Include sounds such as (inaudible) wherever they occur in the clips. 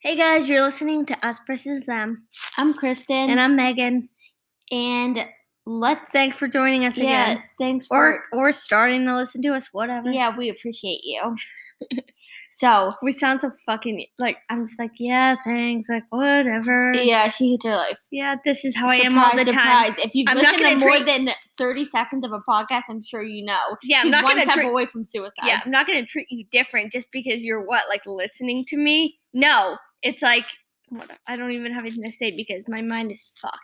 Hey guys, you're listening to Us versus Them, I'm Kristen. and I'm Megan. and let's Thanks for joining us yeah, again, thanks or for or starting to listen to us, whatever. yeah, we appreciate you. (laughs) so we sound so fucking like I'm just like yeah, thanks, like whatever. yeah, she hates her life. Yeah, this is how Oh, I am all the time. surprise. If you've I'm not listened to gonna more drink- than thhree seconds of a podcast, I'm sure you know. Yeah, I'm She's not one gonna step treat. away from suicide. Yeah, I'm not gonna treat you different just because you're what like listening to me. No, it's like what, I don't even have anything to say because my mind is fucked.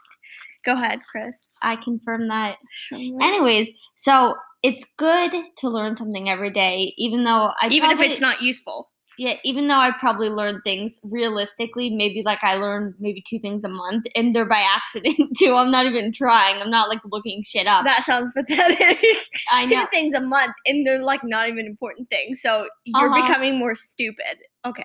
Go ahead, Chris. I confirm that. Mm. Anyways, so it's good to learn something every day, even though I even if probably- it's not useful. yeah, even though I probably learn things realistically, maybe like I learn maybe two things a month, and they're by (laughs) accident too. I'm not even trying. I'm not like looking shit up. That sounds pathetic. (laughs) I two know. things a month and they're like not even important things. So you're Uh-huh. becoming more stupid. Okay.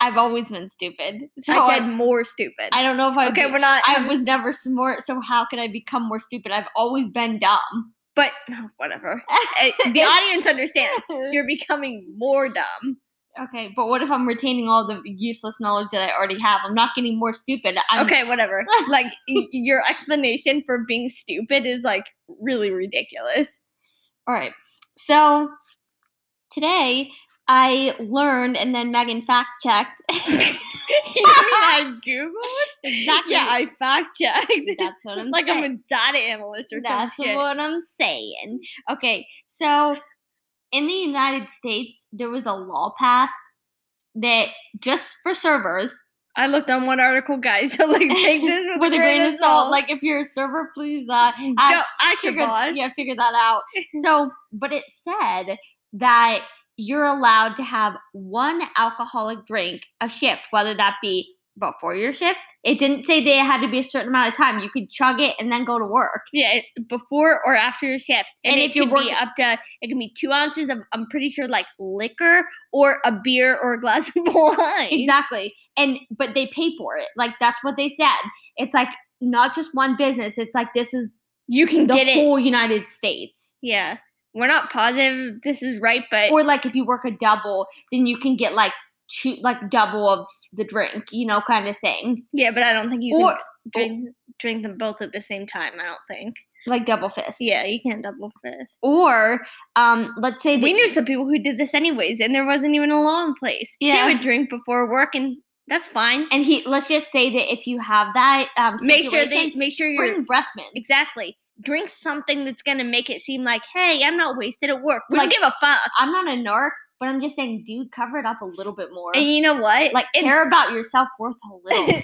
I've always been stupid. (laughs) So I said I, more stupid. I don't know if I. okay, be- we're not I was never smart, so how can I become more stupid? I've always been dumb. but oh, whatever. Eh, (laughs) the audience understands. (laughs) You're becoming more dumb. okay, but what if I'm retaining all the useless knowledge that I already have? I'm not getting more stupid. I'm, okay, (laughs) whatever. like y- your explanation for being stupid is like really ridiculous. (laughs) All right. So today I learned, and then Megan fact checked you mean (laughs) (laughs) I googled? exactly. Yeah, I fact checked. that's what I'm like saying. I'm a data analyst or That's some shit. what I'm saying. Okay, so in the United States, there was a law passed that just for servers, I looked on one article, guys. (laughs) So (laughs) like, (laughs) take this with, with a grain of salt, like if you're a server, please uh, ask- Mm. Don't ask your figure, boss. yeah, figure (laughs) that out. So, but it said that you're allowed to have one alcoholic drink a shift, whether that be before your shift. It didn't say they had to be a certain amount of time. You could chug it and then go to work. Yeah, it- before or after your shift, and, And it if you're could be working- up to it can be two ounces of I'm pretty sure like liquor or a beer or a glass of (laughs) wine. Exactly. And but they pay for it. Like that's what they said. It's like not just one business. It's like this is You can the get it. whole United States. Yeah, we're not positive this is right, but Or like if you work a double, then you can get like two, like double of the drink, you know, kind of thing. yeah, but I don't think you or can drink drink them both at the same time. I don't think. like double fist. Yeah, you can't double fist. Or um, let's say We that- knew some people who did this anyways, and there wasn't even a law in place. Yeah. they would drink before work, and that's fine. and he let's just say that if you have that um, make sure they situation, make sure you're bring Breathman. exactly drink something that's gonna make it seem like hey i'm not wasted at work we Like- don't give a fuck I'm not a narc, but I'm just saying, dude, cover it up a little bit more. and you know what like Ins- care about your self worth (laughs) a little.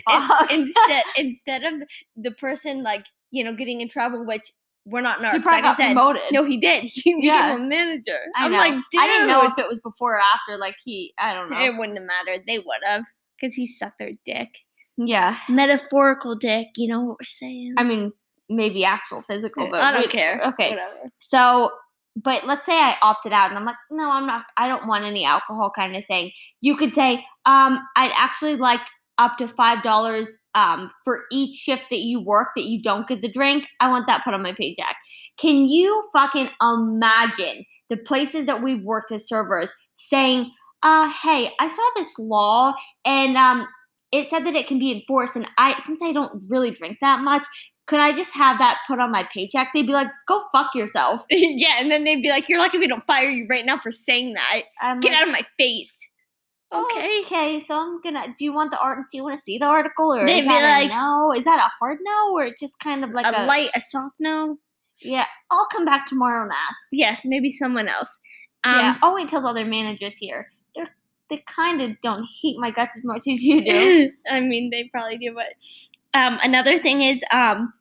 (laughs) fuck. in- (laughs) instead instead of the person like you know getting in trouble which we're not he narcs (laughs) probably like i got said promoted. no he did (laughs) he Yeah. became a manager I am know. like dude I (laughs) didn't know if it was before or after. Like he, I don't know. it wouldn't have mattered they would have because he sucked their dick yeah, metaphorical dick you know what we're saying I mean, maybe actual physical, but i don't wait- care Okay, whatever (laughs) So, but let's say I opted out and I'm like, no, I'm not, I don't want any alcohol kind of thing. You could say, um, I'd actually like up to $5 um, for each shift that you work that you don't get the drink. I want that put on my paycheck. Can you fucking imagine the places that we've worked as servers saying, uh, hey, I saw this law and um, it said that it can be enforced. And I, since I don't really drink that much, could I just have that put on my paycheck? They'd be like, go fuck yourself. yeah and then they'd be like you're lucky we don't fire you right now for saying that I'm Get like, out of my face. Oh, Okay. Okay, so I'm gonna. Do you want the art? Do you want to see the article, or They'd is be that like- a no? Is that a hard no, or just kind of like a, a, light, a soft no. Yeah, I'll come back tomorrow and ask. Yes, maybe someone else. Um, yeah, I'll wait till the other managers here. They're they kind of don't hate my guts as much (laughs) as you do. I mean, they probably do, but um, another thing is, um,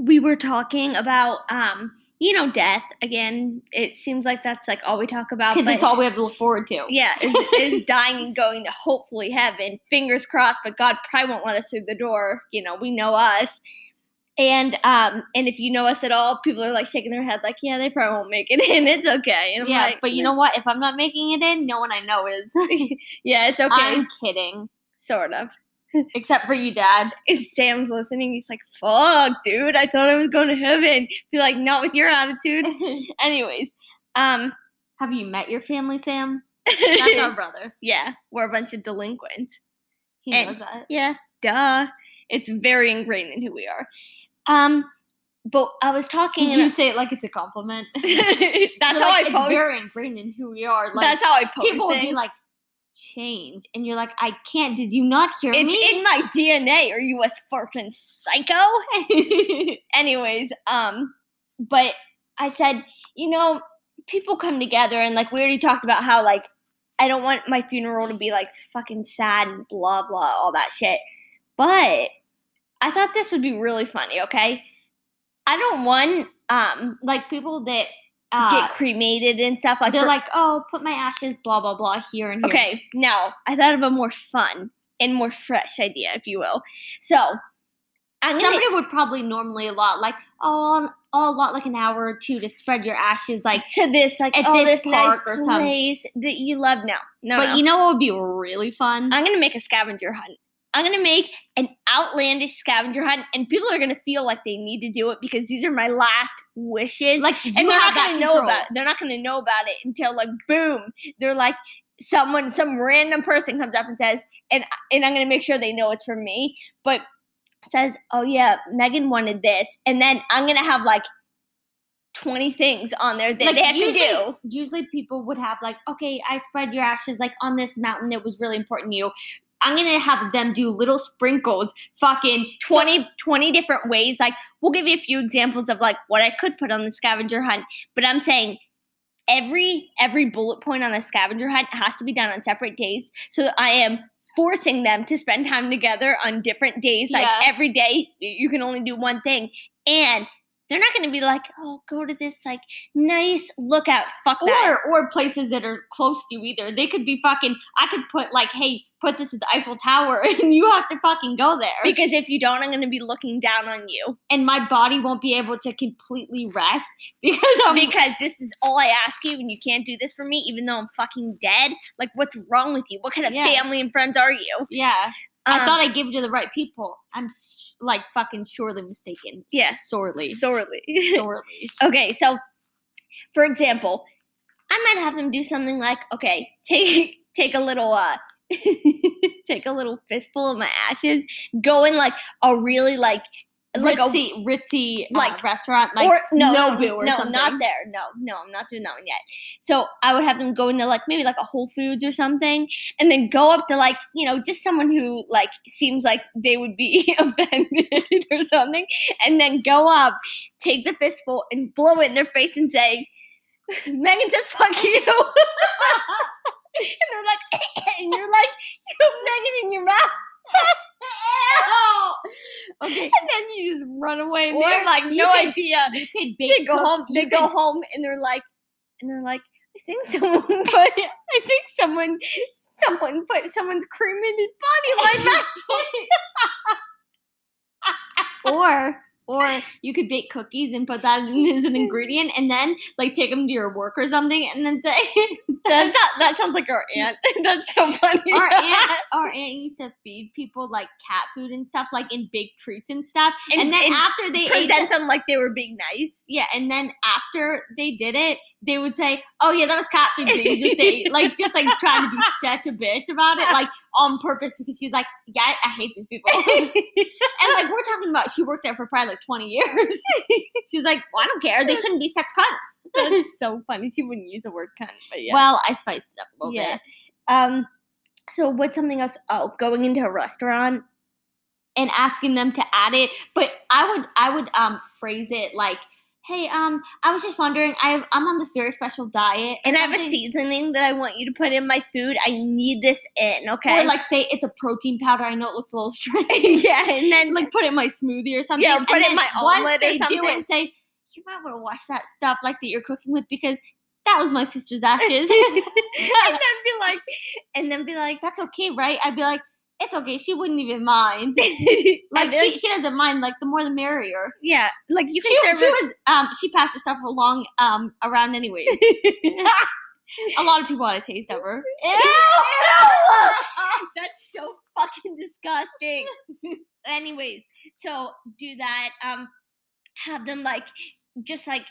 we were talking about, um, you know, death again. It seems like that's like all we talk about. Because but- that's all we have to look forward to. Yeah, is, is dying and going to hopefully heaven. Fingers crossed, but God probably won't let us through the door. You know, we know us. And um, and if you know us at all, people are like shaking their head, like, yeah, they probably won't make it (laughs) in. It's okay. And I'm Yeah, like, "Mm, but (laughs) you know what? If I'm not making it in, no one I know is. yeah, it's (laughs) okay. I'm kidding, sort of. except for you, Dad. If Sam's listening, he's like, fuck, dude, I thought I was going to heaven. Be (laughs) like, not with your attitude. Anyways, um, Have you met your family, Sam? (laughs) That's our brother. yeah, we're a bunch of delinquents. He And- knows that. Yeah, duh. It's very ingrained in who we are. Um, but I was talking. You and- say it like it's a compliment. (laughs) (laughs) that's You're how like, I post. It's very ingrained in who we are. Like that's how I post. people would be things. like, change, and you're like, I can't. Did you not hear it's me? in my DNA. Are you a fucking psycho? (laughs) Anyways, um, but I said, you know, people come together and like we already talked about how like I don't want my funeral to be like fucking sad and blah blah all that shit. But I thought this would be really funny, okay? I don't want um like people that uh, get cremated and stuff like they're for- like, oh, put my ashes, blah blah blah, here and here. Okay, now I thought of a more fun and more fresh idea, if you will. So I'm gonna Somebody would probably normally a lot like oh I'll, I'll allot like an hour or two to spread your ashes like to this like at oh this this, park or nice something. place that you love. No, no, but no. you know what would be really fun? I'm gonna make a scavenger hunt. I'm gonna make an outlandish scavenger hunt, and people are gonna feel like they need to do it because these are my last wishes. like you and they're not have that gonna know control. about it. They're not gonna know about it until like boom, they're like someone, some random person comes up and says, and and I'm gonna make sure they know it's from me, but says, oh yeah, Megan wanted this, and then I'm gonna have like twenty things on there that Like, they have usually- to do. Usually people would have like, okay, I spread your ashes like on this mountain that was really important to you. I'm gonna have them do little sprinkles, fucking 20, 20 different ways. Like, we'll give you a few examples of like what I could put on the scavenger hunt, but I'm saying every every bullet point on the scavenger hunt has to be done on separate days. So that I am forcing them to spend time together on different days. Like Yeah. every day, y- you can only do one thing, and they're not going to be like, "Oh, go to this like nice lookout." Fuck that. or or places that are close to you either. They could be fucking. I could put like, hey, put this at the Eiffel Tower, (laughs) and you have to fucking go there. because if you don't, I'm going to be looking down on you and my body won't be able to completely rest (laughs) because I'm because this is all I ask you, and you can't do this for me, even though I'm fucking dead. Like, what's wrong with you? What kind of Yeah. family and friends are you? yeah. I Um, thought I gave it to the right people. I'm s like fucking surely mistaken. S- Yeah. sorely, (laughs) (laughs) sorely. sorely. okay, so for example, I might have them do something like, okay, (laughs) take take a little uh (laughs) take a little fistful of my ashes, go in like a really like like a ritzy, ritzy uh, like- restaurant, like or no, no, Nobu or no, something. (laughs) not there. No, no, I'm not doing that one yet. So I would have them go into like maybe like a Whole Foods or something, and then go up to like you know just someone who like seems like they would be (laughs) offended or something, and then go up, take the fistful and blow it in their face and say, "Megan says fuck you." (laughs) and they're like, (laughs) and you're like, you have Megan in your mouth. (laughs) okay. And then you just run away, and Or they're like, you no (laughs) can- idea You could bake. they go cook- home. you They go could- home and they're like, and they're like, I (laughs) think someone put, I think someone, someone put someone's cremated (laughs) body in my mouth. or or you could bake cookies and put that in (laughs) as an ingredient and then like take them to your work or something and then say (laughs) That's not, that sounds like our aunt. (laughs) That's so funny. our (laughs) aunt our aunt used to feed people like cat food and stuff like in big treats and stuff and, then after they ate present it, them like they were being nice. yeah and then after they did it they would say oh yeah that was cat food that you (laughs) just ate like just like trying to be such a bitch about it like on purpose because she's like yeah I- I hate these (laughs) people And like we're talking about, she worked there for probably like twenty (laughs) years. She's like, well, I don't care. They shouldn't be such cunts. That's so funny. She wouldn't use the word cunt, but yeah. Well, I spiced it up a little Yeah. bit. Um. So what's something else? Oh, going into a restaurant. and asking them to add it. But I would I would um phrase it like, hey, um, I was just wondering, I have, I'm on this very special diet, or And I have a something." seasoning that I want you to put in my food. I need this in, okay? Or like say it's a protein powder. I know it looks a little (laughs) (laughs) strange. yeah, and then (laughs) like put it in my smoothie or something. Yeah, and put it in then my once omelet or they do it, something. say you might want to wash that stuff like that you're cooking with because that was my (laughs) sister's and ashes. then be like, and then be like, that's okay, right? I'd be like, it's okay. She wouldn't even mind. Like (laughs) like, she, she doesn't mind. Like the more the merrier. yeah, like you can She, serve she it. was um she passed herself along um around (laughs) anyways. a lot of people had a taste of her. (laughs) That's so fucking disgusting. Anyways, so do that. Um, have them like, just like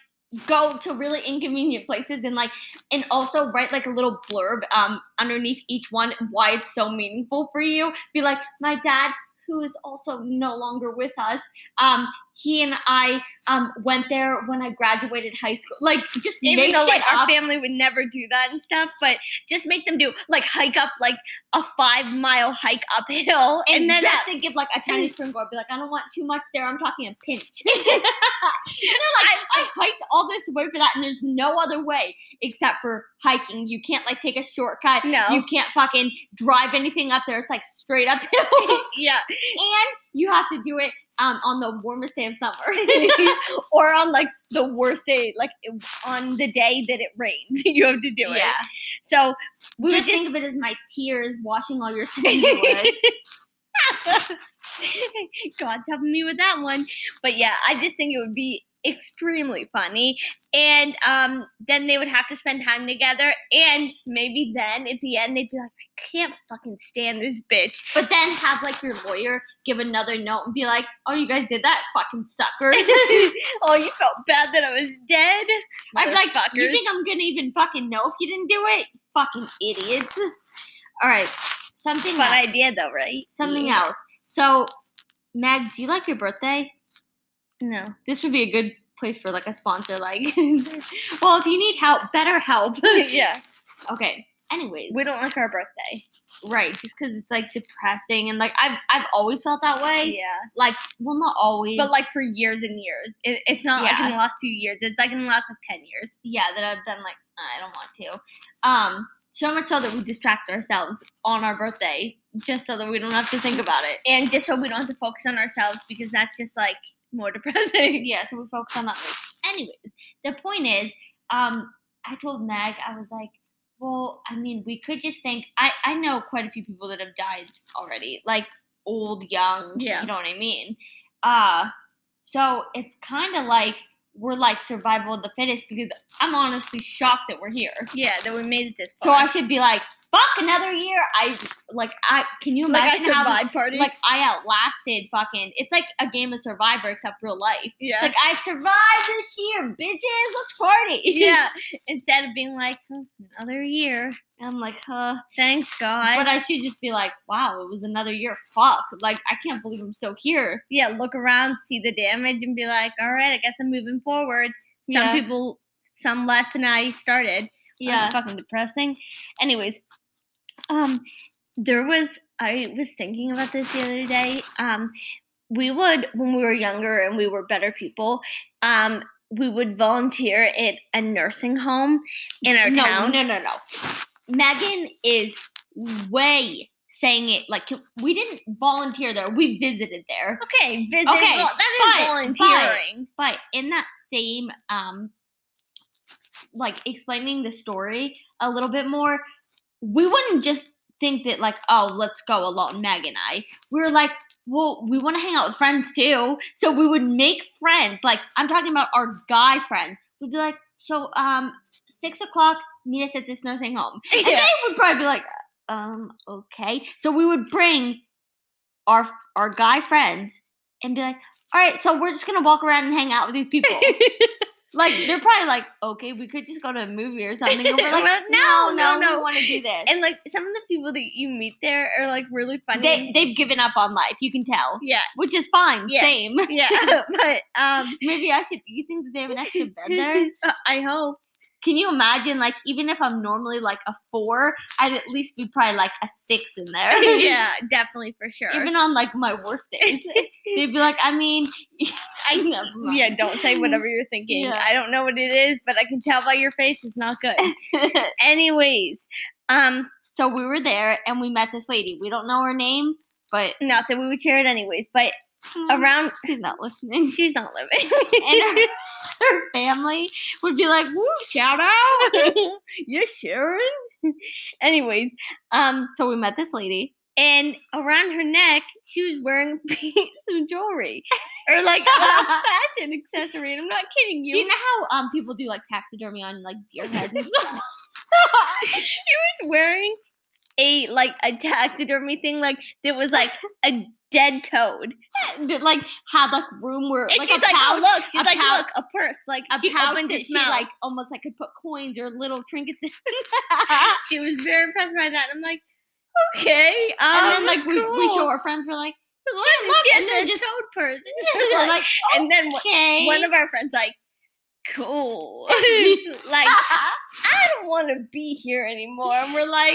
go to really inconvenient places and like and also write like a little blurb um underneath each one why it's so meaningful for you be like my dad who is also no longer with us um he and i um went there when i graduated high school like just Even make though, shit like, our up. family would never do that and stuff but just make them do like hike up like a five mile hike uphill and, then just to give like a tiny sprinkle, be like, I don't want too much there. I'm talking a (laughs) pinch. (laughs) They're like, I, hiked all this way for that, and there's no other way except for hiking. You can't like take a shortcut. No. you can't fucking drive anything up there. It's like straight up (laughs) hills, yeah (laughs) and you have to do it um on the warmest day of (laughs) summer. (laughs) or on like the worst day, like it- on the day that it rains, (laughs) you have to do it. yeah, So we would just think just of it as my tears washing (laughs) all your sins away. God's helping me with that one. But yeah, I just think it would be extremely funny. And um, then they would have to spend time together. And maybe then at the end, they'd be like, I can't fucking stand this bitch. But then have like your lawyer give another note and be like, "Oh, you guys did that, fucking suckers." (laughs) oh, you felt bad that I was dead? I'd be like, fuckers. You think I'm gonna even fucking know if you didn't do it? You Fucking idiots. (laughs) All right, something Fun else. idea though, right? something Yeah. else. So, Meg, do you like your birthday? (laughs) No. This would be a good place for like a sponsor. Like, (laughs) well, if you need help, better help. (laughs) yeah. okay. Anyways, We don't like our birthday. right? Just because it's like depressing and like I've I've always felt that way. Yeah. Like, well, not always, but like for years and years. It, it's not like Yeah. in the last few years. It's like in the last like ten years. yeah, that I've been like, I don't want to. Um, so much so that we distract ourselves on our birthday just so that we don't have to think about it. And just so we don't have to focus on ourselves because that's just like (laughs) more depressing. yeah, so we focus on that later. Anyways, the point is, um, I told Meg, I was like, well, I mean, we could just think. I I know quite a few people that have died already, like old, young. Yeah. you know what I mean. Uh so it's kind of like we're like survival of the fittest because I'm honestly shocked that we're here. Yeah, that we made it this So I far. should be like, fuck another year. I like I can you like I imagine how survived party. like I outlasted fucking. It's like a game of Survivor except real life. yeah. Like I survived this year, bitches. Let's party. (laughs) yeah. Instead of being like "Hmm, another year, I'm like, huh. thanks God. but I should just be like, wow, it was another year. Fuck. Like I can't believe I'm so here. yeah, look around, see the damage, and be like, all right, I guess I'm moving forward. Some Yeah. people, some less than I started. yeah. fucking depressing. Anyways, um, there was I was thinking about this the other day. Um, we would when we were younger and we were better people. Um, we would volunteer at a nursing home in our no, town. no, no, no. Megan is way saying it like we didn't volunteer there. We visited there. Okay, visit. Okay, well, that is but- volunteering. But in that same um like explaining the story a little bit more, we wouldn't just think that like, oh, let's go alone, Meg and I. We were like, well, we want to hang out with friends too. So we would make friends. Like I'm talking about our guy friends. We'd be like, so um six o'clock, meet us at this nursing home. And (laughs) Yeah. they would probably be like, um, okay. So we would bring our our guy friends and be like, all right, so we're just gonna walk around and hang out with (laughs) these people. like they're probably like, okay, we could just go to a movie or something. (laughs) And we're like, Well, no, no, no, no, no, no." we want to do this. And like some of the people that you meet there are like really funny. they they've given up on life, you can tell, (laughs) yeah, which is fine. Yeah. Same. (laughs) yeah, (laughs) but um, Maybe I should. You think that they have an (laughs) extra bed there? I hope. Can you imagine? Like, even if I'm normally like a four, I'd at least be probably like a six in there. (laughs) (laughs) yeah, definitely for sure. (laughs) (laughs) Even on like my worst days, they'd be like, I mean, (laughs) I never (laughs) mind. Yeah, don't say (laughs) whatever you're thinking. Yeah. I don't know what it is, but I can tell by your face it's not (laughs) good. Anyways, um, so we were there and we met this lady. We don't know her name, but not that we would share it anyways, but (laughs) around around (laughs) she's (laughs) not listening. she's not living. And her, her family would be like, "Woo, shout out!" (laughs) you're Sharon. (laughs) anyways, um, So we met this lady. and around her neck she was wearing (laughs) a piece of (laughs) jewelry or like a fashion accessory. And I'm not kidding Do you you. know how um people (laughs) do like taxidermy on like deer heads? and stuff? She was wearing a like a taxidermy thing like that was (laughs) like a dead toad. That, like had like room where And like she's a like, oh pouch, look, she's a like, pouch- look, a purse. Like a she pouch opened that it, she smelled. like almost like could put coins or little trinkets (laughs) in. (laughs) she was very impressed by that. I'm like, okay. Um, and then like that's we, we show cool. our friends we're like, look, look, yeah, and they're the just- toad (laughs) purse. we're like and then one- okay. one of our friends like, (laughs) cool. like I don't want to be here anymore. And we're like,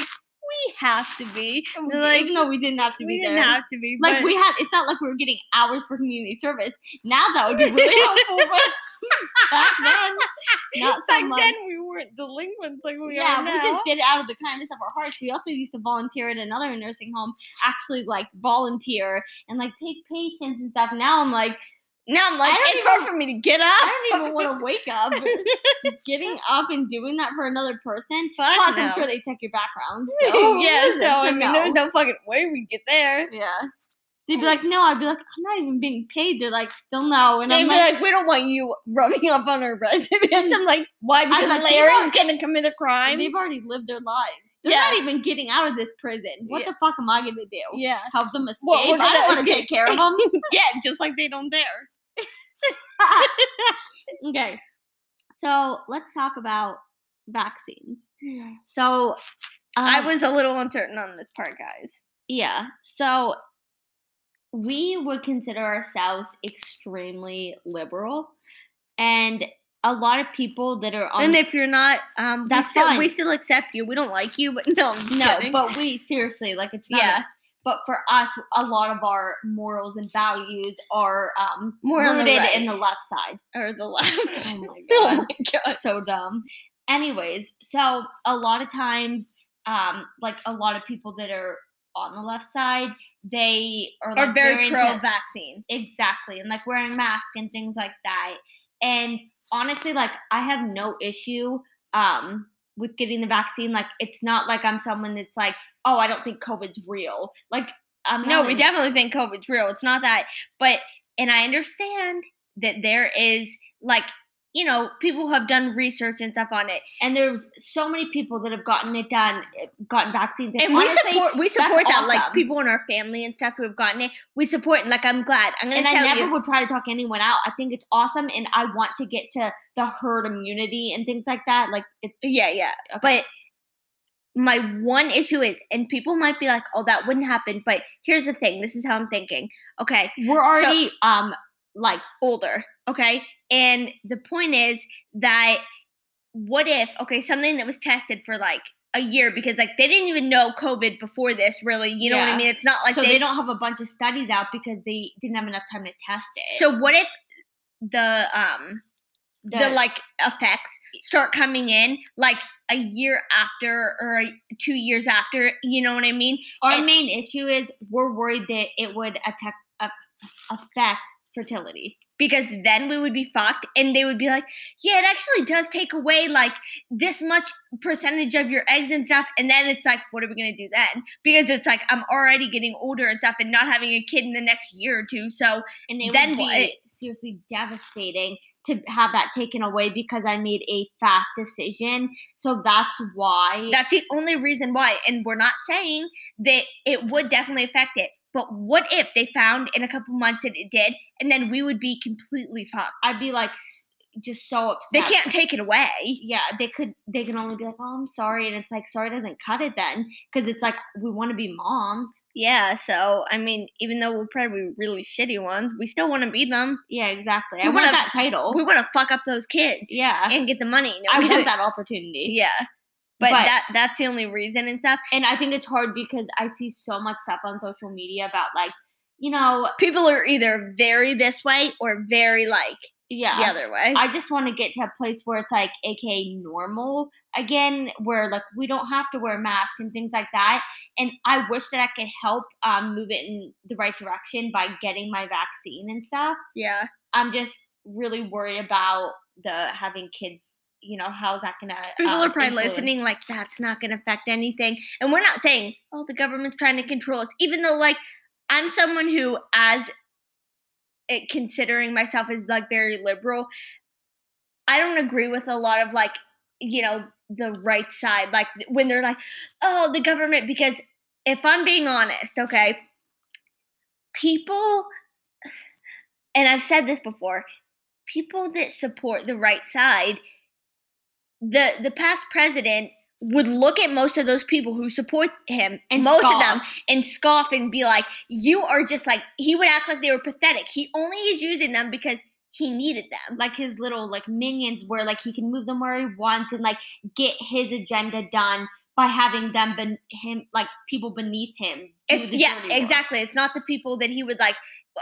we have to be. (laughs) And they're like, even though we didn't have to we be didn't there. have to be. like but- (laughs) we had, it's not like we were getting hours for community service. Now that would (laughs) be really helpful, but back then, not so back much. then we weren't delinquents like (laughs) we yeah, are we now. just did it out of the kindness of our hearts. We also used to volunteer at another nursing home, actually like volunteer and like take patients and stuff. Now I'm like, now I'm like, I don't it's even- hard for me to get up. I (laughs) don't even want to wake up. Getting up and doing that for another person. Fuck Plus, I'm no. (laughs) sure they check your background. So yeah, so I mean, no. there's no fucking way we get there. yeah. They'd be like, no. I'd be like, I'm not even being paid. They're like, still no. And They'd I'm be like, like, we don't want you rubbing up on our (laughs) residents. I'm like, why? Because like, "They've Larry's already- gonna commit a crime. they've already lived their lives. They're not even getting out of this prison. What Yeah. the fuck am I gonna do? (laughs) yeah, Help them escape? Well, we're I gonna don't want to escape. take care of (laughs) them. yeah, just like they don't dare. (laughs) okay. So let's talk about vaccines. So I um, was a little uncertain on this part, guys. Yeah. So we would consider ourselves extremely liberal. And a lot of people that are on and if you're not, um, That's we still, fine. We still accept you. We don't like you, but (laughs) no, I'm just no, kidding. but we seriously like it's not Yeah. but for us, a lot of our morals and values are um, More on the rooted right. in the left side. or the left. Oh my (laughs) Oh god. my god. (laughs) so dumb. Anyways, so a lot of times, um, like a lot of people that are on the left side, they are, Are like, very into- pro-vaccine. exactly, and like wearing masks and things like that. And honestly, like I have no issue um with getting the vaccine. Like it's not like I'm someone that's like, oh, I don't think COVID's real. Like I'm No, not we an- definitely think COVID's real. It's not that, but and I understand that there is like you know people who have done research and stuff on it, And there's so many people that have gotten it done, gotten vaccines, and we honestly, support we support that. Like awesome. people in our family and stuff who have gotten it, we support. And like I'm glad. I'm gonna and tell I never you. would try to talk anyone out. I think it's awesome, and I want to get to the herd immunity and things like that. Like it's Yeah, yeah. But my one issue is, and people might be like, "Oh, that wouldn't happen." But here's the thing. This is how I'm thinking. Okay, we're already um like older, okay? And the point is that what if, okay, something that was tested for like a year because like they didn't even know COVID before this, really. You know what I Yeah. mean? It's not like so they, they, don't have a bunch of studies out because they didn't have enough time to test it. So what if the um the, The- E like effects start coming in like a year after or two years after, you know what I mean? our and- main issue is we're worried that it would attack a- affect fertility. because then we would be fucked and they would be like yeah it actually does take away like this much percentage of your eggs and stuff and then it's like what are we going to do then because it's like i'm already getting older and stuff and not having a kid in the next year or two so and it Then would be what? seriously devastating to have that taken away because I made a fast decision. So that's why that's the only reason why and we're not saying that it would definitely affect it but what if they found in a couple months that it did and then we would be completely fucked I'd be like s- just so upset. they can't take it away Yeah, they could. They can only be like, "Oh, I'm sorry," and it's like, "Sorry" doesn't cut it then because it's like we want to be moms. yeah so i mean even though we'll probably be really shitty ones we still want to be them Yeah, exactly. We I want wanna- that title. we want to fuck up those kids (laughs) yeah, and get the money. No, I we want don't- that opportunity. Yeah. But, But- that that's the only reason and stuff. And I think it's hard because I see so much stuff on social media about like, you know, People are either very this way or very like the other way. I just want to get to a place where it's like aka normal again, where like we don't have to wear masks and things like that. And I wish that I could help um, move it in the right direction by getting my vaccine and stuff. yeah. I'm just really worried about the having kids. You know, how's that gonna? People um, are probably influence- listening like that's not going to affect anything. And we're not saying, "Oh, the government's trying to control us." Even though like I'm someone who as it, considering myself as like very liberal, I don't agree with a lot of like, you know, the right side. Like when they're like, oh, the government, because if I'm being honest, okay, people, and I've said this before, people that support the right side, the the past president would look at most of those people who support him And most scoff. of them and scoff and be like you are just like he would act like they were pathetic he only is using them because he needed them like his little like minions where like he can move them where he wants and like get his agenda done by having them ben- him like people beneath him do it's, the yeah dirty work, exactly it's not the people that he would like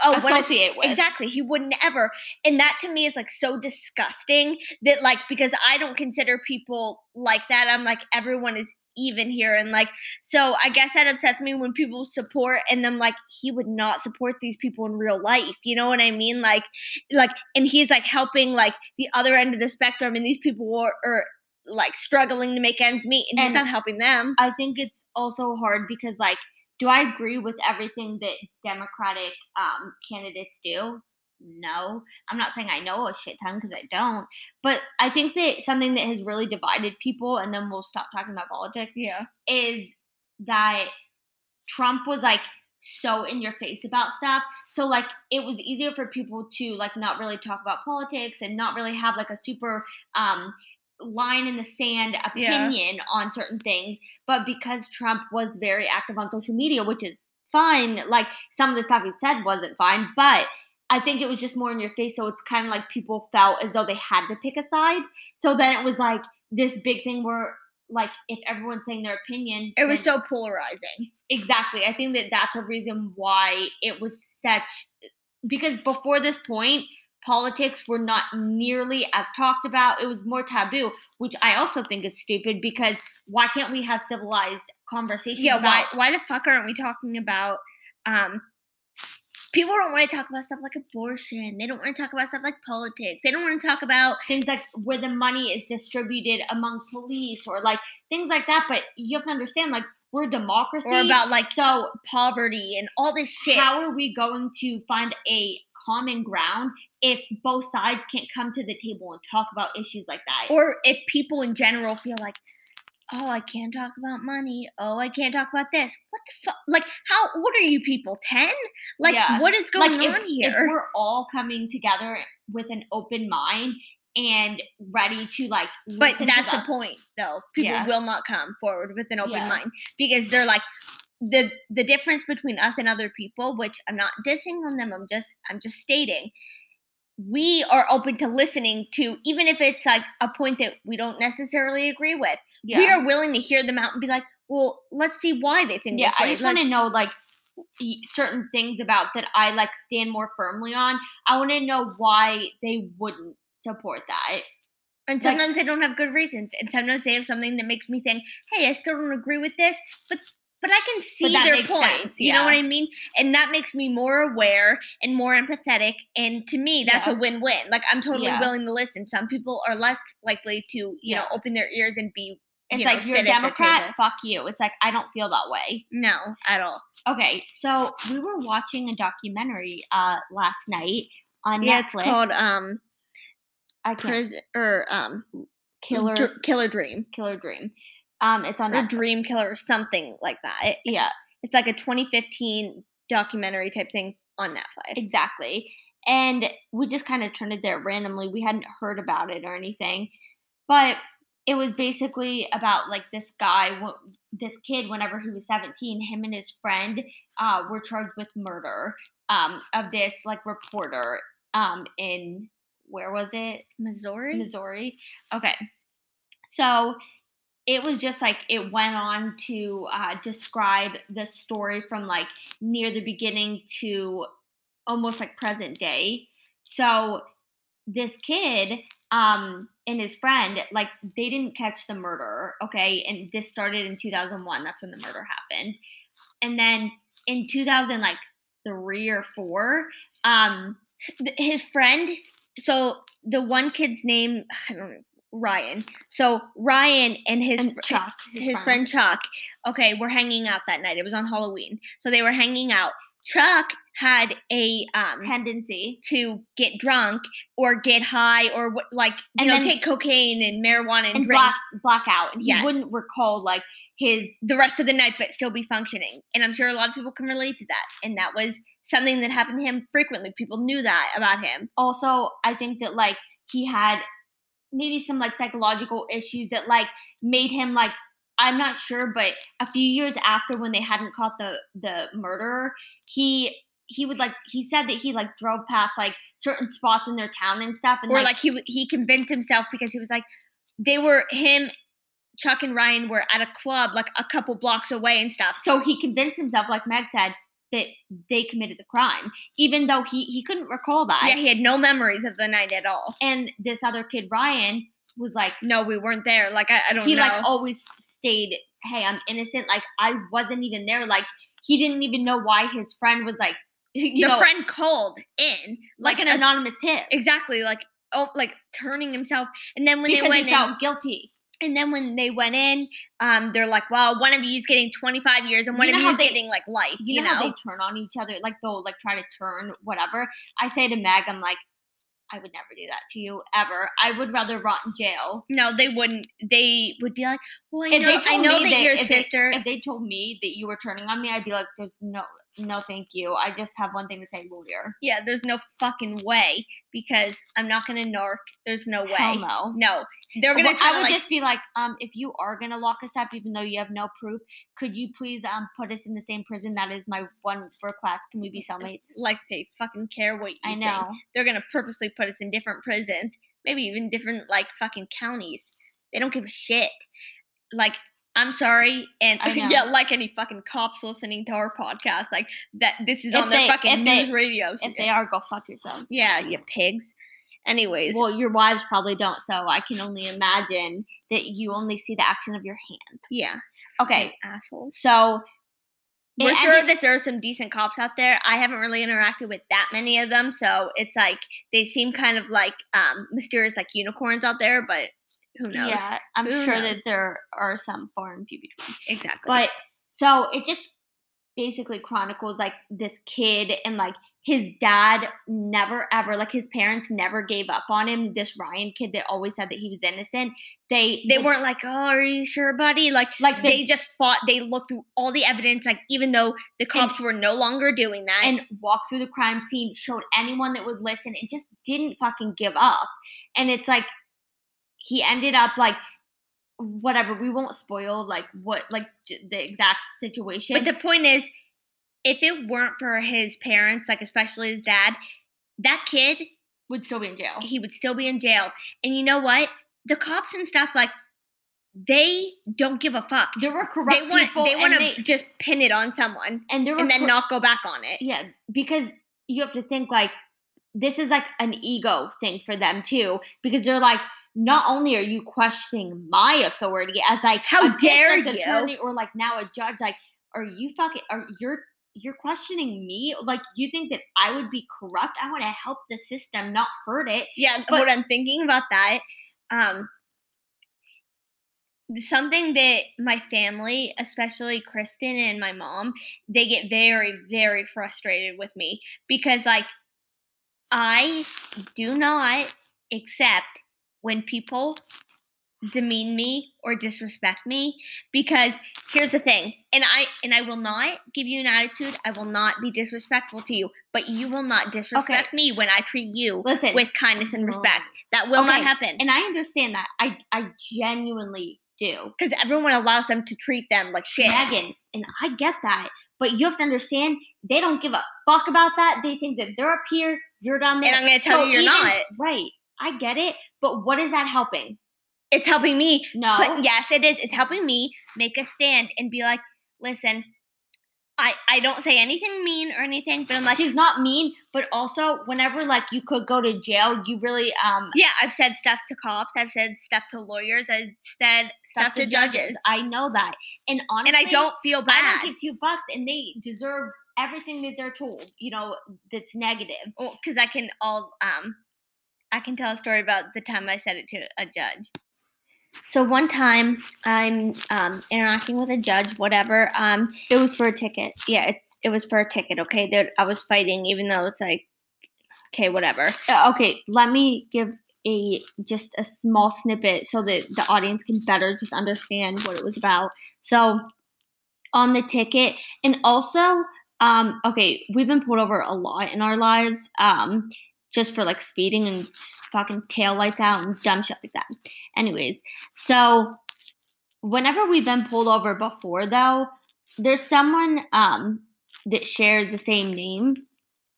oh what if- associate with Exactly. He would never. And that to me is like so disgusting that, like, because I don't consider people like that. I'm like, everyone is even here. And like, so I guess that upsets me when people support and then, like, he would not support these people in real life. You know what I mean? Like, like, and he's like helping like the other end of the spectrum and these people are, are like struggling to make ends meet and he's And- not helping them. I think it's also hard because like do I agree with everything that Democratic um, candidates do? No, I'm not saying I know a shit ton because I don't. But I think that something that has really divided people, and then we'll stop talking about politics, Yeah. is that Trump was like so in your face about stuff. So like it was easier for people to like not really talk about politics and not really have like a super um line in the sand Yeah. opinion on certain things. But because Trump was very active on social media, which is fine, like some of the stuff he said wasn't fine, but I think it was just more in your face. So it's kind of like people felt as though they had to pick a side. So then it was like this big thing where like if everyone's saying their opinion It was then- so polarizing. Exactly. I think that that's a reason why it was such because before this point, politics were not nearly as talked about. It was more taboo, which I also think is stupid because why can't we have civilized conversations? yeah why about- why the fuck aren't we talking about um people don't want to talk about stuff like abortion they don't want to talk about stuff like politics they don't want to talk about Things like where the money is distributed among police or like things like that. But you have to understand, like, we're a democracy. or about like so poverty and all this shit how are we going to find a common ground if both sides can't come to the table and talk about issues like that? or if people in general feel like oh i can't talk about money oh i can't talk about this what the fuck like how old are you people 10 like Yeah. what is going if, on if here we're all coming together with an open mind and ready to like but listen to that's the- the point though people Yeah. will not come forward with an open Yeah. mind because they're like the the difference between us and other people which i'm not dissing on them i'm just i'm just stating we are open to listening to even if it's like a point that we don't necessarily agree with yeah. we are willing to hear them out and be like well let's see why they think yeah this i way. just want to Let's- know like e- certain things about that i like stand more firmly on i want to know why they wouldn't support that and like- sometimes they don't have good reasons and sometimes they have something that makes me think hey i still don't agree with this but but i can see that their makes points sense, you know what yeah. i mean and that makes me more aware and more empathetic and to me that's a Yeah. win-win like i'm totally Yeah. willing to listen some people are less likely to you know Yeah. open their ears and be it's you know, like you're a sit at their democrat table. fuck you it's like i don't feel that way no at all okay so we were watching a documentary uh last night on yeah netflix it's called um i can't prison or um killer Dr- killer dream killer dream um it's on or netflix dream killer or something like that It- yeah it's like a 2015 documentary type thing on netflix Exactly. And we just kind of turned it there randomly. We hadn't heard about it or anything. But it was basically about like this guy, wh- this kid, whenever he was 17, him and his friend uh, were charged with murder um, of this like reporter um, in, where was it? missouri Missouri. Okay. So it was just like it went on to uh, describe the story from like near the beginning to almost like present day. So this kid um and his friend like they didn't catch the murderer, okay? And this started in 2001. That's when the murder happened. And then in 2000 like 3 or 4 um Th- his friend so the one kid's (sighs) name i don't know ryan so ryan and his and fr- Chuck, his friend Chuck, okay, we're hanging out that night. It was on Halloween. So they were hanging out. Chuck had a um tendency. to get drunk or get high or what, like you And know then- take cocaine and marijuana and, And drink black blackout. And he Yes. wouldn't recall like his the rest of the night but still be functioning. And I'm sure a lot of people can relate to that. And that was something that happened to him frequently. People knew that about him. also I think that like he had maybe some like psychological issues that like made him like I'm not sure, but a few years after when they hadn't caught the the murderer, he he would like he said that he like drove past like certain spots in their town and stuff and or like he w- he convinced himself because he was like they were him Chuck and Ryan were at a club like a couple blocks away and stuff. so he convinced himself like Meg said that they committed the crime even though he he couldn't recall that yeah, he had no memories of the night at all. and this other kid Ryan was like No, we weren't there. Like I, I don't he know. like always stayed hey i'm innocent like i wasn't even there like he didn't even know why his friend was like (laughs) you the know friend called in like an a- anonymous tip exactly like oh like turning himself and then when because they went he in, felt guilty and then when they went in um they're like well one of you's getting 25 years and You one know of how you's they- getting like life you, know, how they turn on each other like they'll like try to turn whatever i say to meg i'm like i would never do that to you ever i would rather rot in jail no they wouldn't they would be like well I If they know, I told know me that, they- your if they- sister if they told me that you were turning on me i'd be like there's no no thank you i just have one thing to say lawyer yeah there's no fucking way because i'm not gonna narc there's no way Hell no no they're gonna Well, try I to, would like, just be like, um, if you are gonna lock us up, even though you have no proof, could you please um put us in the same prison? That is my one request. Can we be cellmates? like they fucking care what you I think. know. they're gonna purposely put us in different prisons, maybe even different like fucking counties. They don't give a shit. Like, I'm sorry, and I know. (laughs) yeah, like any fucking cops listening to our podcast, like that this is If on their they- fucking if they- news radio. If station. they are, go fuck yourselves. (laughs) yeah, you pigs. Anyways, Well, your wives probably don't, so I can only imagine that you only see the action of your hand. yeah, Okay, assholes. so it We're sure ended- that there are some decent cops out there. I haven't really interacted with that many of them, so it's like they seem kind of like um mysterious, like unicorns out there. But who knows? yeah, I'm Who sure knows? that there are some far and few between. exactly. But so it just basically chronicles like this kid and like his dad never ever like his parents never gave up on him. This Ryan kid that always said that he was innocent. They they would- weren't like, "Oh, are you sure, buddy?" Like like they just fought. They looked through all the evidence, like even though the cops were no longer doing that. and walked through the crime scene, showed anyone that would listen, and just didn't fucking give up. And it's like he ended up like whatever. We won't spoil like what like j- the exact situation. but the point is, if it weren't for his parents, like especially his dad, that kid would still be in jail. he would still be in jail. And you know what? The cops and stuff like they don't give a fuck. There were corrupt They want people. they and want to just pin it on someone and there were and then cor- not go back on it. Yeah, because you have to think like this is like an ego thing for them too, because they're like, not only are you questioning my authority as like How a dare you. district attorney or like now a judge, like, are you fucking are you're you're questioning me? Like you think that I would be corrupt? I want to help the system, not hurt it. Yeah, But- what I'm thinking about that, um, something that my family, especially Kristen and my mom, they get very, very frustrated with me because, like, I do not accept when people demean me or disrespect me because here's the thing and i and i will not give you an attitude i will not be disrespectful to you but you will not disrespect me when i treat you Listen, with kindness and Oh. respect. That will not Okay, happen and I understand that. I I genuinely do. because everyone allows them to treat them like shit. Megan, and I get that, but you have to understand they don't give a fuck about that. They think that they're up here, you're down there. And I'm going to tell So you, you're even- not. right. I get it, but what is that helping? It's helping me. No, But yes, it is. It's helping me make a stand and be like, listen, I I don't say anything mean or anything, but I'm like, she's not mean, but also whenever like you could go to jail, you really um yeah, I've said stuff to cops, I've said stuff to lawyers, I've said stuff, stuff to judges, I know that, and honestly, and I don't feel I bad. don't give two bucks, and they deserve everything that they're told. You know, that's negative. because I can all um I can tell a story about the time I said it to a judge. So one time I'm um, interacting with a judge, whatever. Um, It was for a ticket. yeah, it's it was for a ticket, okay? That I was fighting, even though it's like, okay, whatever. Uh, Okay, let me give a just a small snippet so that the audience can better just understand what it was about. So on the ticket and also um okay, we've been pulled over a lot in our lives um just for like speeding and s- fucking tail lights out and dumb shit like that. Anyways, so whenever we've been pulled over before though, there's someone um that shares the same name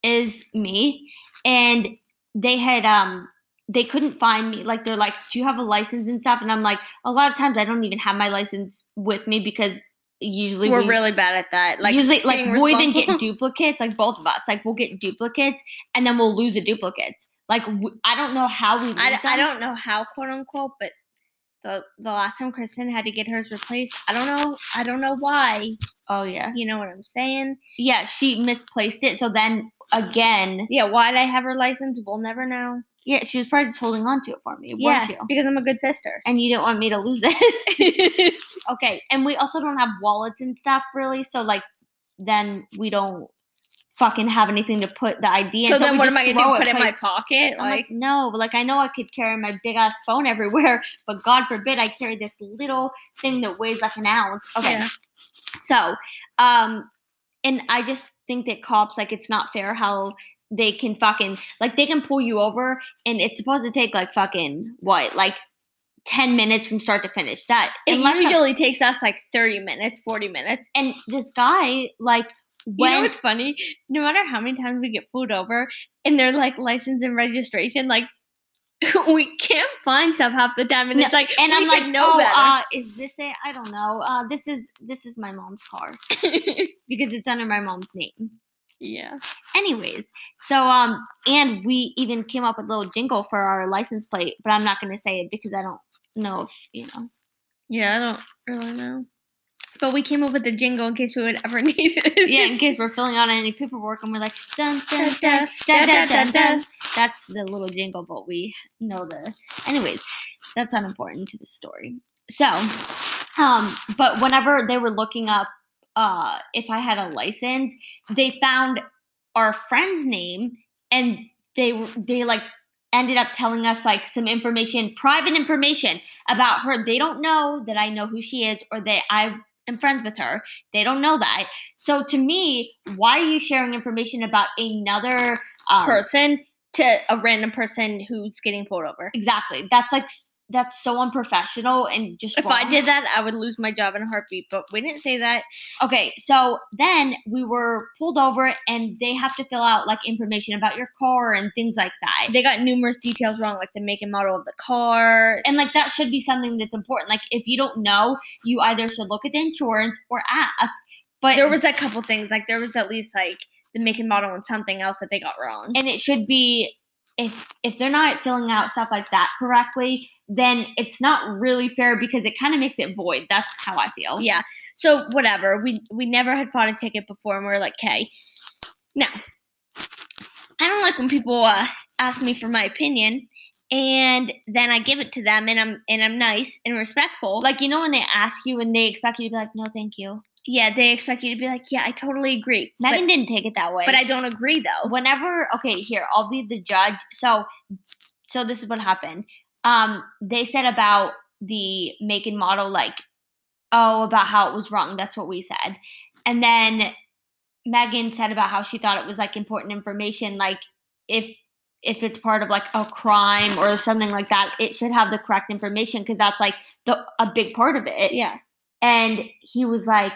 as me and they had um they couldn't find me like they're like do you have a license and stuff and i'm like a lot of times i don't even have my license with me because usually We're we- really bad at that. Like, usually like being we then get responsible. (laughs) duplicates like both of us like we'll get duplicates and then we'll lose a duplicate like w- i don't know how we lose I, I them. don't know how, quote unquote, but the the last time Kristen had to get hers replaced, I don't know, I don't know why. oh yeah You know what I'm saying? yeah she misplaced it so then again Yeah, why did I have her license? We'll never know. yeah she was probably just holding on to it for me yeah, weren't you because I'm a good sister. and you didn't want me to lose it. (laughs) okay, and we also don't have wallets and stuff really, so like then we don't fucking have anything to put the ID in. so then, we what just am I gonna throw do? Put it in my place- pocket? I'm like, Like, no, like I know I could carry my big ass phone everywhere, (laughs) but God forbid I carry this little thing that weighs like an ounce. Okay. Yeah. So, um, and I just think that cops, like, it's not fair how they can fucking, like, they can pull you over and it's supposed to take, like, fucking, what, like 10 minutes from start to finish. That, it unless, I'm- usually takes us like 30 minutes, 40 minutes. and this guy, like, when, you know what's funny? No matter how many times we get pulled over and they're like license and registration, like (laughs) we can't find stuff half the time, and No, it's like and we I'm should like, know oh, better. uh, is this it? I don't know. Uh, this is this is my (laughs) mom's car because it's under my mom's name. yeah, anyways so um and we even came up with a little jingle for our license plate but i'm not going to say it because i don't know if you know yeah, I don't really know. But we came up with a jingle in case we would ever (laughs) need it. yeah (laughs) in case we're filling out any paperwork and we're like dun, dun, dun, dun, dun, dun, dun. Da-da-da-da-da. that's the little jingle but we know the anyways that's unimportant to the story so um but whenever they were looking up uh if i had a license they found our friend's name and they were- they like ended up telling us like some information private information about her they don't know that i know who she is or that i am friends with her they don't know that so to me why are you sharing information about another um, person to a random person who's getting pulled over. exactly that's like s- that's so unprofessional and just If I wrong. did that, I would lose my job in a heartbeat. But we didn't say that. Okay, so then we were pulled over and they have to fill out like information about your car and things like that. They got numerous details wrong, like the make and model of the car. And like that should be something that's important. Like if you don't know, you either should look at the insurance or ask. But There was a couple things, like there was at least like the make and model and something else that they got wrong. and it should be if if they're not filling out stuff like that correctly, then it's not really fair because it kind of makes it void. That's how I feel. Yeah. So whatever. We we never had fought a ticket before, and we were like, "Okay, now I don't like when people uh, ask me for my opinion, and then I give it to them, and I'm and I'm nice and respectful. Like you know when they ask you and they expect you to be like, no, thank you. yeah, they expect you to be like, "Yeah, I totally agree," Megan didn't take it that way. but, but I don't agree though. whenever okay here i'll be the judge so so this is what happened um they said about the make and model like oh about how it was wrong that's what we said and then megan said about how she thought it was like important information like if if it's part of like a crime or something like that it should have the correct information because that's like the a big part of it Yeah. and he was like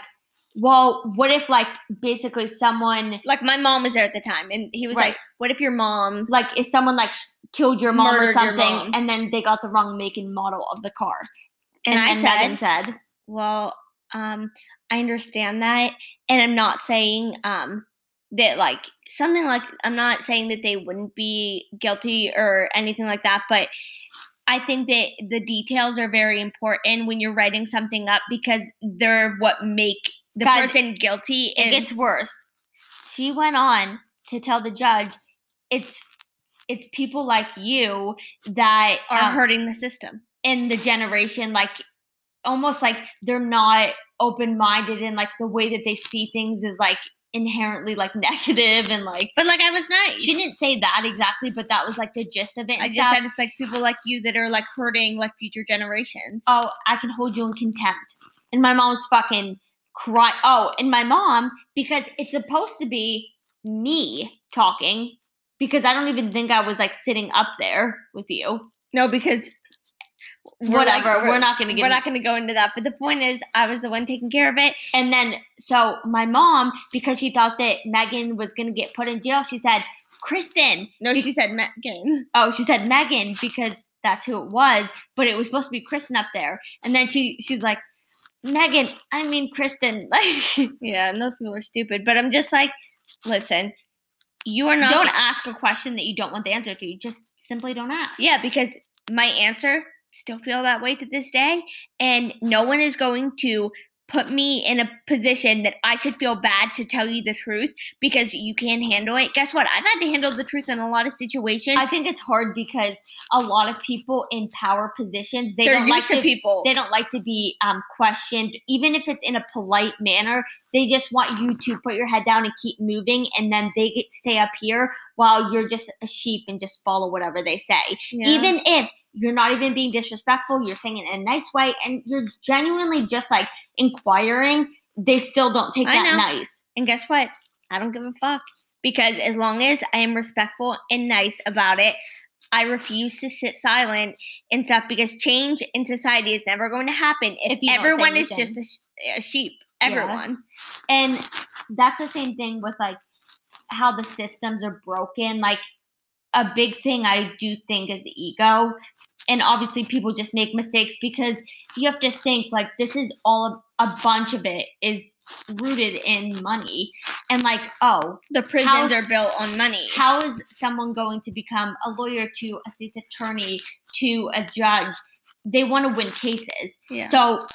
well what if like basically someone Like my mom was there at the time, and he was Right. like, "What if your mom?" um, like if someone like sh- killed your mom or Murdered your something mom. and then they got the wrong make and model of the car And, I then said, Megan said well um i understand that and i'm not saying um that like something like i'm not saying that they wouldn't be guilty or anything like that but i think that the details are very important when you're writing something up because they're what make the Guys, person guilty it and gets worse she went on to tell the judge it's it's people like you that are um, hurting the system in the generation like almost like they're not open-minded and like the way that they see things is like inherently like (laughs) negative and like But like I was nice. she didn't say that exactly but that was like the gist of it and I just stuff. said it's like people like you that are like hurting like future generations. oh, I can hold you in contempt. And my mom's fucking cry. Oh, and my mom, because it's supposed to be me talking, because I don't even think I was like sitting up there with you. No, because we're, like, Whatever. we're, not going to get. we're not going to go into that. But the point is, I was the one taking care of it. and then, so my mom, because she thought that Megan was going to get put in jail, she said, Kristen. No, she said Megan. Oh, she said Megan because that's who it was, but it was supposed to be Kristen up there. And then she she's like, Megan, I mean Kristen. (laughs) Like, Yeah, and those people are stupid. But I'm just like, listen, you are not. don't ask a question that you don't want the answer to. Just simply don't ask. Yeah, because my answer still feel that way to this day, and no one is going to put me in a position that I should feel bad to tell you the truth because you can't handle it. Guess what? I've had to handle the truth in a lot of situations. I think it's hard because a lot of people in power positions they They're don't used like to, to, people. they don't like to be um, questioned, even if it's in a polite manner. They just want you to put your head down and keep moving, and then they get, stay up here while you're just a sheep and just follow whatever they say, Yeah. even if. You're not even being disrespectful. You're saying it in a nice way, and you're genuinely just like inquiring. They still don't take I that know. nice. And guess what? I don't give a fuck because as long as I am respectful and nice about it, I refuse to sit silent and stuff because change in society is never going to happen if, If you don't say everyone is anything. just a, sh- a sheep. Yeah. Everyone. And that's the same thing with like how the systems are broken. Like a big thing I do think is the ego. And obviously people just make mistakes because you have to think like this is all a bunch of it is rooted in money. And like, oh, The prisons are built on money. how is someone going to become a lawyer to a state's attorney to a judge? They want to win cases. yeah. So,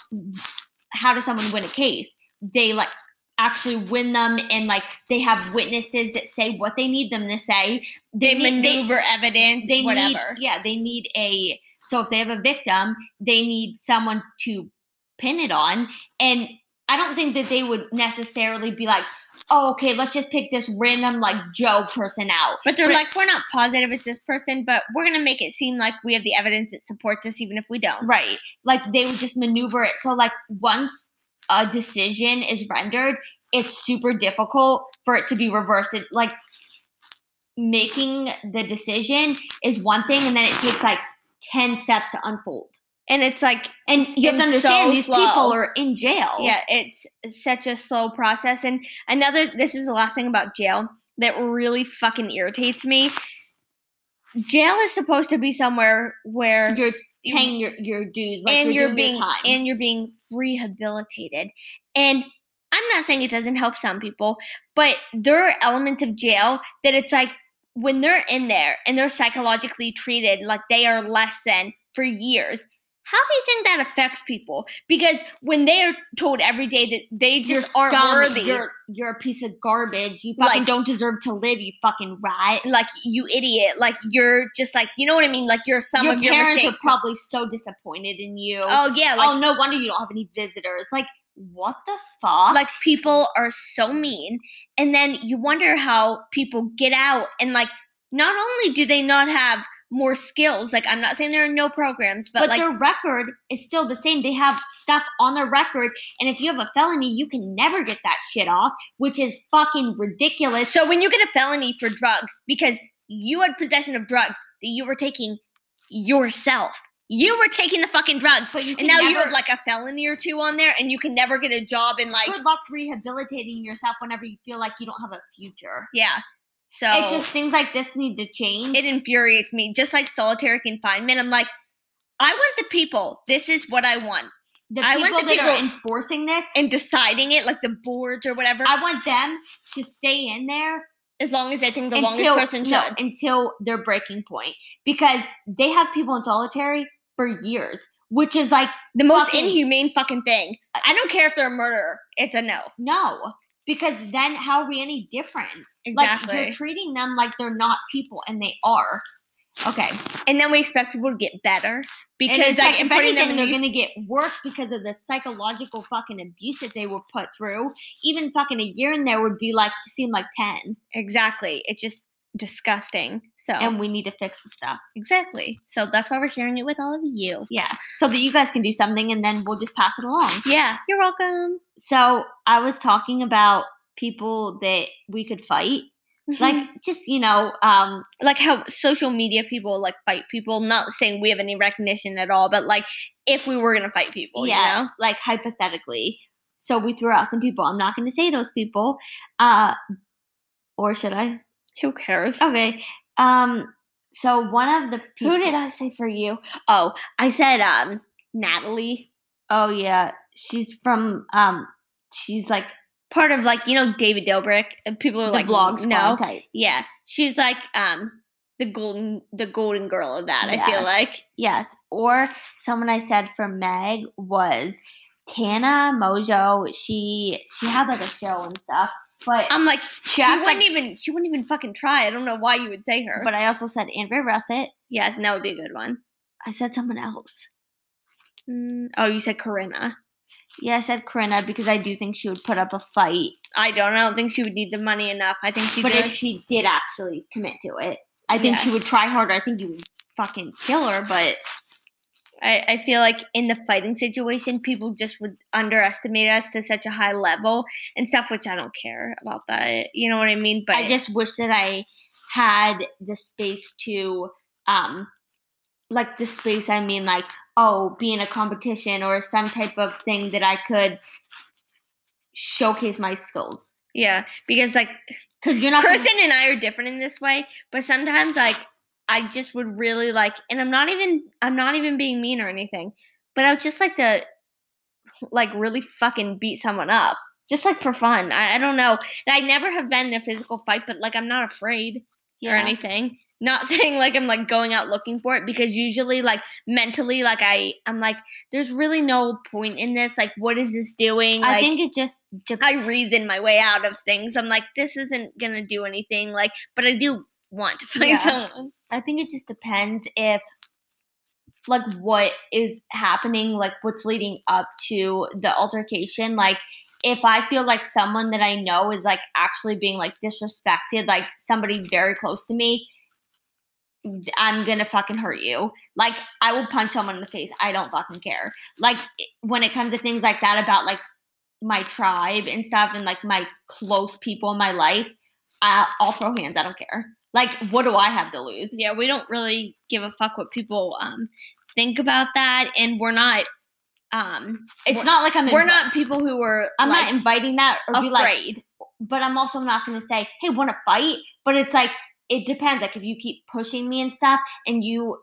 how does someone win a case? They like actually win them, and like they have witnesses that say what they need them to say. they, need- maneuver evidence, they whatever. Need, yeah, they need a. So if they have a victim, they need someone to pin it on, and I don't think that they would necessarily be like, "Oh, okay, let's just pick this random like Joe person out." but they're but- like, we're not positive it's this person, but we're going to make it seem like we have the evidence that supports us, even if we don't. Right. Like they would just maneuver it. So like once a decision is rendered, it's super difficult for it to be reversed. It, like making the decision is one thing and then it takes like 10 steps to unfold. And it's like, And you have And to so understand these slow. people are in jail. Yeah, it's such a slow process. And another, this is the last thing about jail that really fucking irritates me. Jail is supposed to be somewhere where You're paying your, your dues. Like Mm-hmm. and you're, doing being your time. and you're being rehabilitated. And I'm not saying it doesn't help some people, but there are elements of jail that it's like when they're in there and they're psychologically treated like they are less than for years. How do you think that affects people? Because when they are told every day that they you're just aren't scum, worthy, You're, you're a piece of garbage. You fucking Like- don't deserve to live, you fucking rat. like you idiot, like you're just like you know what I mean, like you're some your of your parents mistakes. are probably so disappointed in you. oh yeah, like oh, no wonder you don't have any visitors. Like, what the fuck? like people are so mean and then you wonder how people get out and like not only do they not have more skills like i'm not saying there are no programs but, but like their record is still the same. They have stuff on their record, and if you have a felony, you can never get that shit off, which is fucking ridiculous. so when you get a felony for drugs because you had possession of drugs that you were taking yourself you were taking the fucking drugs But you can and now never, you have like a felony or two on there and you can never get a job and like good luck rehabilitating yourself whenever you feel like you don't have a future. yeah so It just things like this need to change. Oh. it infuriates me just like solitary confinement i'm like i want the people this is what i want the I people want the that are enforcing this, and deciding it, like the boards or whatever, I want them to stay in there as long as I think the longest person should. no, until their breaking point because they have people in solitary for years, which is like the most fucking- inhumane fucking thing. I don't care if they're a murderer. It's a no. no, because then how are we any different? Like you're treating them like they're not people, and they are. Okay. and then we expect people to get better And in because fact, like and if putting anything, them in they're these- going to get worse because of the psychological fucking abuse that they were put through. Even fucking a year in there would be like seem like ten, exactly. It's just disgusting. So and we need to fix the stuff. exactly. So that's why we're sharing it with all of you. Yeah, so that you guys can do something, and then we'll just pass it along. Yeah, you're welcome. So I was talking about people that we could fight, Mm-hmm. like just you know, um, (laughs) like how social media people like fight people. Not saying we have any recognition at all, but like if we were gonna fight people, yeah, you know. like hypothetically. So we threw out some people. I'm not going to say those people, uh, or should I? Who cares? Okay. Um. So one of the people. Who did I say for you? Oh, I said um Natalie, Oh yeah, she's from um. She's like part of like you know David Dobrik. and People are the like vlog no, squad type. yeah, she's like um the golden the golden girl of that. I feel Yes, like yes. Or someone I said for Meg was Tana Mojo. She she had like a show and stuff, but I'm like she acts wouldn't even Um, she wouldn't even fucking try. I don't know why you would say her. but I also said Andrea Russett. yeah, that would be a good one. I said someone else. Mm, oh, you said Corinna. Yeah, I said Corinna because I do think she would put up a fight. I don't. I don't think she would need the money enough. I think she but did. if she did actually commit to it, I think Yeah. she would try harder. I think you would fucking kill her, but I, I feel like in the fighting situation, people just would underestimate us to such a high level and stuff, which I don't care about that. You know what I mean? But I just wish that I had the space to um like the space I mean like oh be in a competition or some type of thing that I could showcase my skills yeah, because like cuz (laughs) you're not gonna- Kristen and I are different in this way, but sometimes like I just would really like, and I'm not even I'm not even being mean or anything, but I would just like to like really fucking beat someone up, just like for fun. I, I don't know, and I never have been in a physical fight, but like I'm not afraid or yeah. anything. Not (laughs) saying like I'm like going out looking for it because usually like mentally like I I'm like there's really no point in this. Like what is this doing? I like, (laughs) think it just dep- I reason my way out of things. I'm like, this isn't gonna do anything. Like, but I do want to (laughs) find Yeah. someone. I think it just depends if like what is happening, like what's leading up to the altercation. Like if I feel like someone that I know is like actually being like disrespected, like somebody very close to me, th- I'm gonna fucking hurt you. Like I will punch someone in the face. I don't fucking care. Like i- when it comes to things like that about like my tribe and stuff and like my close people in my life, I'll, I'll throw hands. I don't care. Like what do I have to lose? Yeah, we don't really give a fuck what people um think about that, and we're not um It's We're- not like I'm. we're invi- not people who are I'm like, not inviting that or be like. afraid. But I'm also not going to say, "Hey, want to fight?" But it's like it depends. Like if you keep pushing me and stuff, and you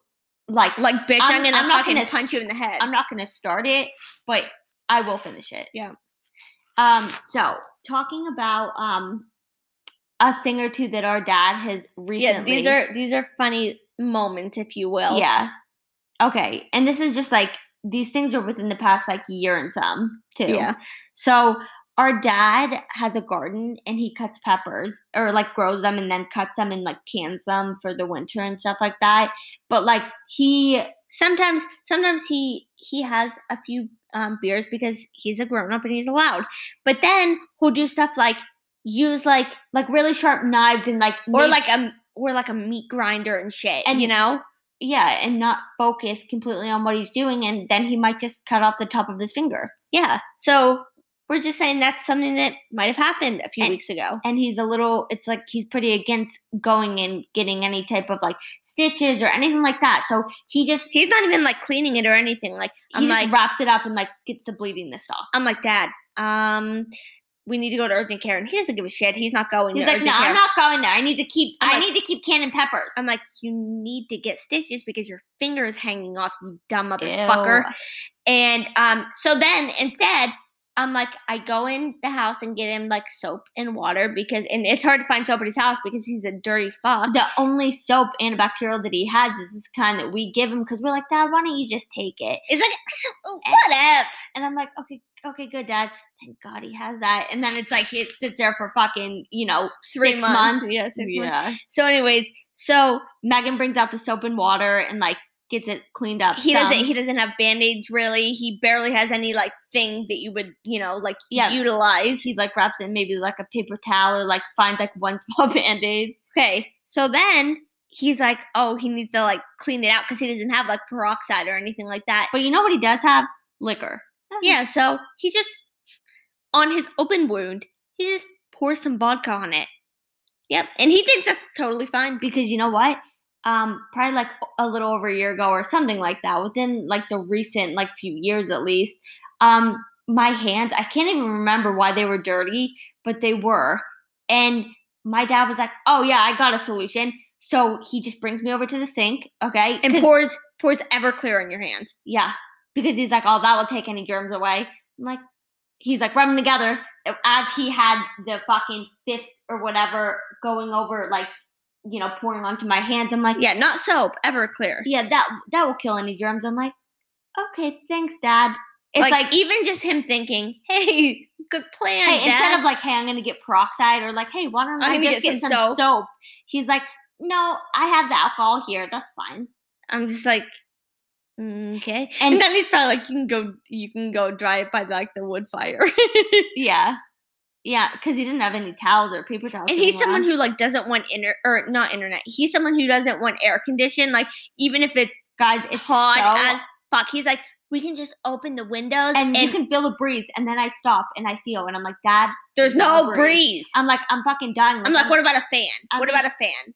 like, Like, bitch, I'm, I'm- gonna I'm not fucking gonna punch you in the head. I'm not going to start it, but I will finish it. Yeah. Um. So talking about um, a thing or two that our dad has yeah, recently. these are these are funny moments, if you will. Yeah. Okay. And this is just like these things are within the past like year and some too. Yeah. So our dad has a garden and he cuts peppers or like grows them and then cuts them and like cans them for the winter and stuff like that. But like he sometimes sometimes he he has a few um, beers because he's a grown up and he's allowed. But then he'll do stuff like use like like really sharp knives and like or make- like a or like a meat grinder and shit. And- And you know, yeah and not focus completely on what he's doing and then he might just cut off the top of his finger. yeah. So we're just saying that's something that might have happened a few And- weeks ago. and he's a little it's like he's pretty against going and getting any type of like stitches or anything like that so he just He's not even like cleaning it or anything. Like he I'm just like wraps it up and like gets the bleeding to stop I'm like dad. Um, we need to go to urgent care, and he doesn't give a shit. He's not going. he's to like urgent no care. i'm not going there i need to keep I'm i like- need to keep canning peppers I'm like, you need to get stitches because your finger is hanging off, you dumb Ew. motherfucker. And um, so then instead, I'm like, I go in the house and get him like soap and water because, and it's hard to find soap at his house because he's a dirty fuck. the only soap antibacterial that he has is this kind that we give him because we're like dad why don't you just take it It's like, "Oh, what up? and i'm like okay okay good dad thank god he has that and then it's like it sits there for fucking you know Three six months. months, Yeah, six months. yeah So, anyways, So Megan brings out the soap and water and like gets it cleaned up. he some. doesn't he doesn't have band-aids really. He barely has any like thing that you would, you know, like Yeah. utilize. He like wraps it in maybe like a paper towel or like finds like (laughs) one small band aid. Okay. So then he's like, oh, he needs to like clean it out because he doesn't have like peroxide or anything like that. But you know what he does have? Liquor. Yeah, so he just on his open wound, he just pours some vodka on it. Yep, and he thinks that's totally fine. because you know what um probably like a little over a year ago or something like that within like the recent like few years at least um my hands i can't even remember why they were dirty but they were and my dad was like oh yeah i got a solution so he just brings me over to the sink okay And 'cause- pours pours Everclear on your hand. yeah because he's like oh that will take any germs away i'm like he's like rub them together as he had the fucking fifth or whatever going over like you know pouring onto my hands i'm like Yeah, not soap, Everclear. yeah, that that will kill any germs. I'm like, okay, thanks, Dad. It's like, like, even just him thinking, hey, (laughs) good plan, hey, Dad. instead of like, hey, I'm gonna get peroxide, or like, hey, why don't I'm I gonna just get get some some, soap. soap? He's like, no, I have the alcohol here. That's fine. I'm just like, "Mm, okay. (laughs) And, And then he's probably like, you can go, you can go dry it by like the wood fire. (laughs) yeah, yeah, because he didn't have any towels or paper towels. and he's anywhere. someone who like doesn't want inner or not internet. He's someone who doesn't want air condition. Like even if it's guys, it's hot so- as fuck. He's like, we can just open the windows and, you can feel the breeze, and then I stop and I feel, and I'm like, Dad, (laughs) there's no no breeze. breeze. I'm like, I'm fucking dying. I'm like, what about a fan? I'm what like- about a fan?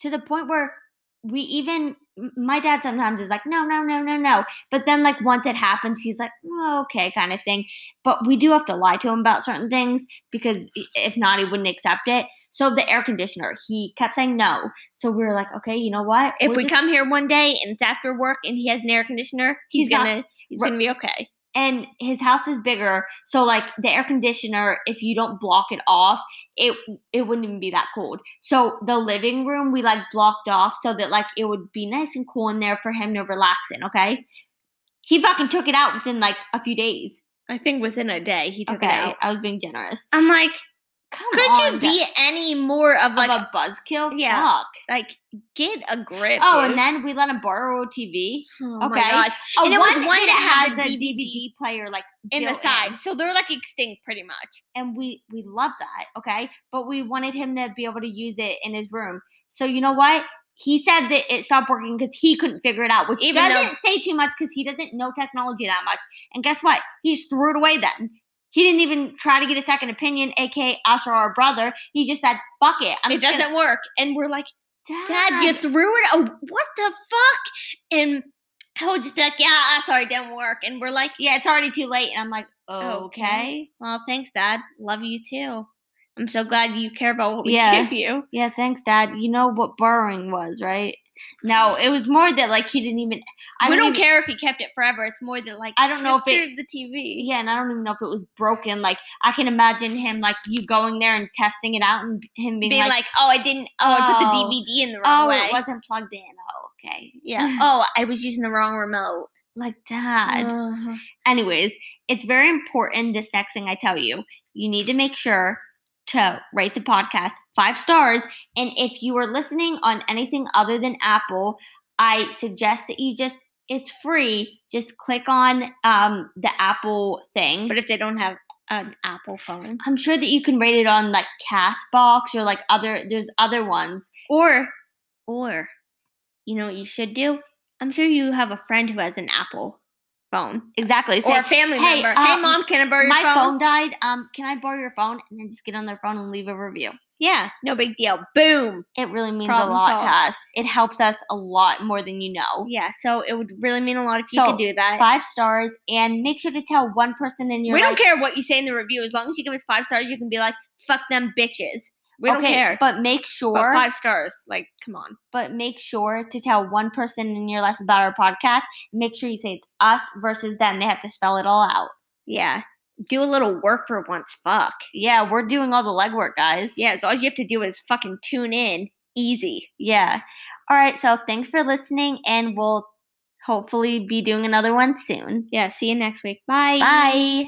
to the point where we even m- my dad sometimes is like no no no no no but then like once it happens he's like "Oh, okay kind of thing but we do have to lie to him about certain things because i- if not he wouldn't accept it so the air conditioner he kept saying no so we were like okay you know what If We'll we just- come here one day and it's after work and he has an air conditioner, he's, He's not- gonna he's Ri- gonna be okay. and his house is bigger so like the air conditioner if you don't block it off it it wouldn't even be that cold so the living room we like blocked off so that like it would be nice and cool in there for him to relax in okay he fucking took it out within like a few days I think within a day he took it okay out. i was being generous I'm like, Come could on, you Dad. be any more of of like a buzzkill Yeah. fuck like get a grip? oh and dude. then we let him borrow a tv Oh my okay. gosh. oh And it was one did that had have the DVD dvd player like in the built side, so they're like extinct pretty much. and we we love that okay but we wanted him to be able to use it in his room so you know what he said that it stopped working because he couldn't figure it out which Even though- doesn't say too much because he doesn't know technology that much and guess what he just threw it away then he didn't even try to get a second opinion aka us or our brother he just said fuck it i'm it just doesn't gonna- Ah. work, and we're like. Dad, you Dad, threw it. Oh, what the fuck? And he'll just be like, yeah, I'm sorry, it didn't work. And we're like, yeah it's already too late and i'm like okay, Okay. well, thanks, Dad. Love you too. I'm so glad you care about what we (laughs) Yeah. give you. Yeah, thanks, Dad. You know what borrowing was, right? No, it was more that like he didn't even. I we don't don't even- care if he kept it forever. It's more than like I don't know if "Here's the TV. Yeah, and I don't even know if it was broken. Like I can imagine him like you going there and testing it out and him being Being like, like, oh, I didn't. Oh, I put the Oh. DVD in the wrong "Oh, way. it wasn't plugged in. Oh, okay, (sighs) yeah. Oh, I was using the wrong remote. like Mm-hmm. Dad." Ugh. Anyways, it's very important. This next thing I tell you, you need to make sure to rate the podcast five stars. And if you are listening on anything other than Apple, I suggest that you just. It's free. Just click on um, the Apple thing. But if they don't have an Apple phone, I'm sure that you can rate it on like Castbox or like other there's other ones. or or you know what you should do? I'm sure you have a friend who has an Apple phone. Exactly. or Say, a family "Hey, member. uh, hey, mom, can I borrow your my phone? phone? died. Um, can I borrow your phone? And then just get on their phone and leave a review. Yeah, no big deal. Boom. It really means Problem a lot to solved. us. It helps us a lot more than you know. Yeah, so it would really mean a lot if you So, could do that. Five stars and make sure to tell one person in we your don't life- care what you say in the review. As long as you give us five stars, you can be like, fuck them bitches. We don't okay, care. But make But sure five stars. Like, come on. but make sure to tell one person in your life about our podcast. Make sure you say it's us versus them. They have to spell it all out. Yeah. Do a little work for once. Fuck. Yeah, we're doing all the legwork, guys. Yeah, so all you have to do is fucking tune in. Easy. Yeah. All right. So thanks for listening, and we'll hopefully be doing another one soon. Yeah, see you next week. Bye.